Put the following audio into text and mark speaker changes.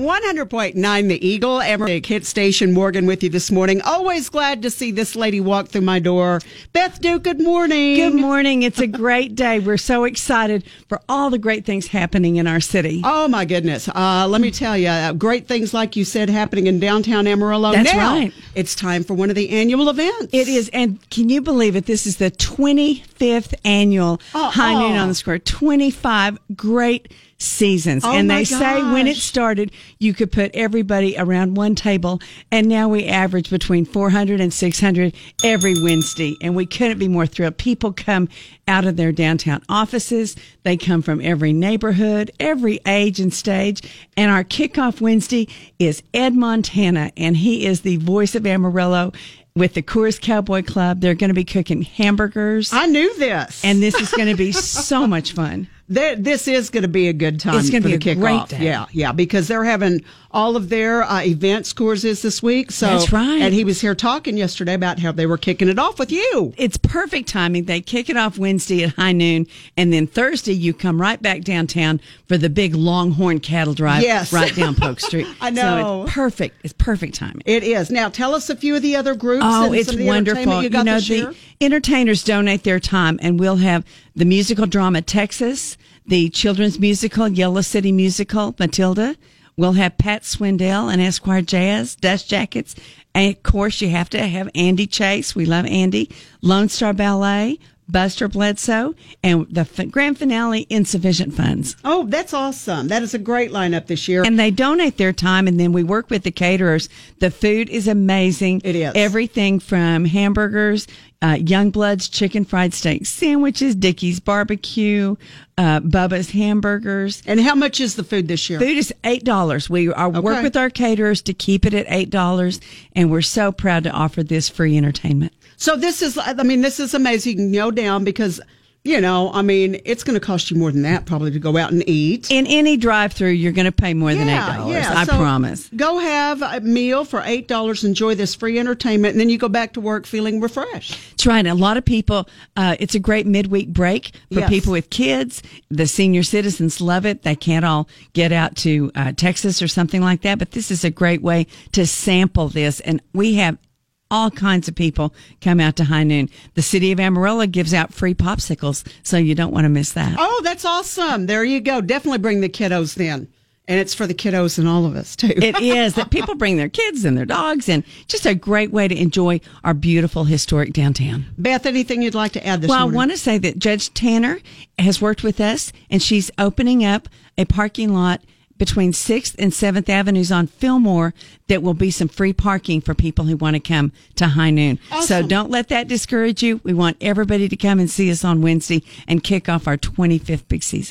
Speaker 1: 100.9 The Eagle, Emmerich Hit Station. Morgan with you this morning. Always glad to see this lady walk through my door. Beth Duke, good morning.
Speaker 2: Good morning. It's a great day. We're so excited for all the great things happening in our city.
Speaker 1: Oh my goodness. Uh, let me tell you, uh, great things like you said happening in downtown Amarillo.
Speaker 2: That's
Speaker 1: Now,
Speaker 2: right.
Speaker 1: It's time for one of the annual events.
Speaker 2: It is, and can you believe it? This is the 25th annual
Speaker 1: Oh,
Speaker 2: High Noon
Speaker 1: oh.
Speaker 2: on the Square. 25 great seasons.
Speaker 1: Oh,
Speaker 2: and
Speaker 1: my
Speaker 2: they say when it
Speaker 1: gosh.
Speaker 2: started, you could put everybody around one table. And now we average between 400 and 600 every Wednesday. And we couldn't be more thrilled. People come out of their downtown offices. They come from every neighborhood, every age and stage. And our kickoff Wednesday is Ed Montana, and he is the voice of Amarillo with the Coors Cowboy Club. They're going to be cooking hamburgers.
Speaker 1: I knew this.
Speaker 2: and this is going to be so much fun.
Speaker 1: Th- this is going to be a good time.
Speaker 2: It's gonna
Speaker 1: for
Speaker 2: be
Speaker 1: the
Speaker 2: a
Speaker 1: kickoff.
Speaker 2: great day.
Speaker 1: Yeah, yeah, because they're having all of their uh, events courses this week. So
Speaker 2: That's right.
Speaker 1: And he was here talking yesterday about how they were kicking it off with you.
Speaker 2: it's perfect timing. They kick it off Wednesday at high noon, and then Thursday you come right back downtown for the big Longhorn cattle drive.
Speaker 1: Yes.
Speaker 2: right down Polk Street.
Speaker 1: I
Speaker 2: So
Speaker 1: know.
Speaker 2: it's perfect. It's perfect timing.
Speaker 1: It is now. Tell us a few of the other groups.
Speaker 2: Oh,
Speaker 1: and
Speaker 2: it's
Speaker 1: some of the
Speaker 2: wonderful.
Speaker 1: entertainment You, got
Speaker 2: know,
Speaker 1: this year?
Speaker 2: the entertainers donate their time, and we'll have the musical drama Texas, the children's musical Yellow City Musical Matilda. We'll have Pat Swindell and Esquire Jazz, Dust Jackets. And of course, you have to have Andy Chase. We love Andy. Lone Star Ballet, Buster Bledsoe, and the f- grand finale, Insufficient Funds.
Speaker 1: Oh, that's awesome. That is a great lineup this year.
Speaker 2: And they donate their time, and then we work with the caterers. The food is amazing.
Speaker 1: It is.
Speaker 2: Everything from hamburgers, uh, Youngbloods chicken fried steak sandwiches, Dickie's barbecue, uh, Bubba's hamburgers.
Speaker 1: And how much is the food this year?
Speaker 2: Food is eight dollars. We are
Speaker 1: Okay.
Speaker 2: work with our caterers to keep it at eight dollars, and we're so proud to offer this free entertainment.
Speaker 1: So this is, I mean, this is amazing. You can go down because, you know, I mean, it's going to cost you more than that probably to go out and eat.
Speaker 2: In any drive-through, you're going to pay more than eight
Speaker 1: Yeah,
Speaker 2: dollars.
Speaker 1: yeah.
Speaker 2: I
Speaker 1: So
Speaker 2: promise.
Speaker 1: Go have a meal for eight dollars. Enjoy this free entertainment, and then you go back to work feeling refreshed.
Speaker 2: That's right. And a lot of people, uh, it's a great midweek break for
Speaker 1: Yes.
Speaker 2: people with kids. The senior citizens love it. They can't all get out to uh, Texas or something like that, but this is a great way to sample this. And we have all kinds of people come out to High Noon. The city of Amarillo gives out free popsicles, so you don't want to miss that.
Speaker 1: Oh, that's awesome! There you go. Definitely bring the kiddos then, and it's for the kiddos and all of us too.
Speaker 2: It is that people bring their kids and their dogs, and just a great way to enjoy our beautiful historic downtown.
Speaker 1: Beth, anything you'd like to add this
Speaker 2: Well,
Speaker 1: morning?
Speaker 2: I want to say that Judge Tanner has worked with us, and she's opening up a parking lot between Sixth and Seventh Avenues on Fillmore that will be some free parking for people who want to come to High Noon. So
Speaker 1: Awesome.
Speaker 2: don't let that discourage you. We want everybody to come and see us on Wednesday and kick off our 25th big season.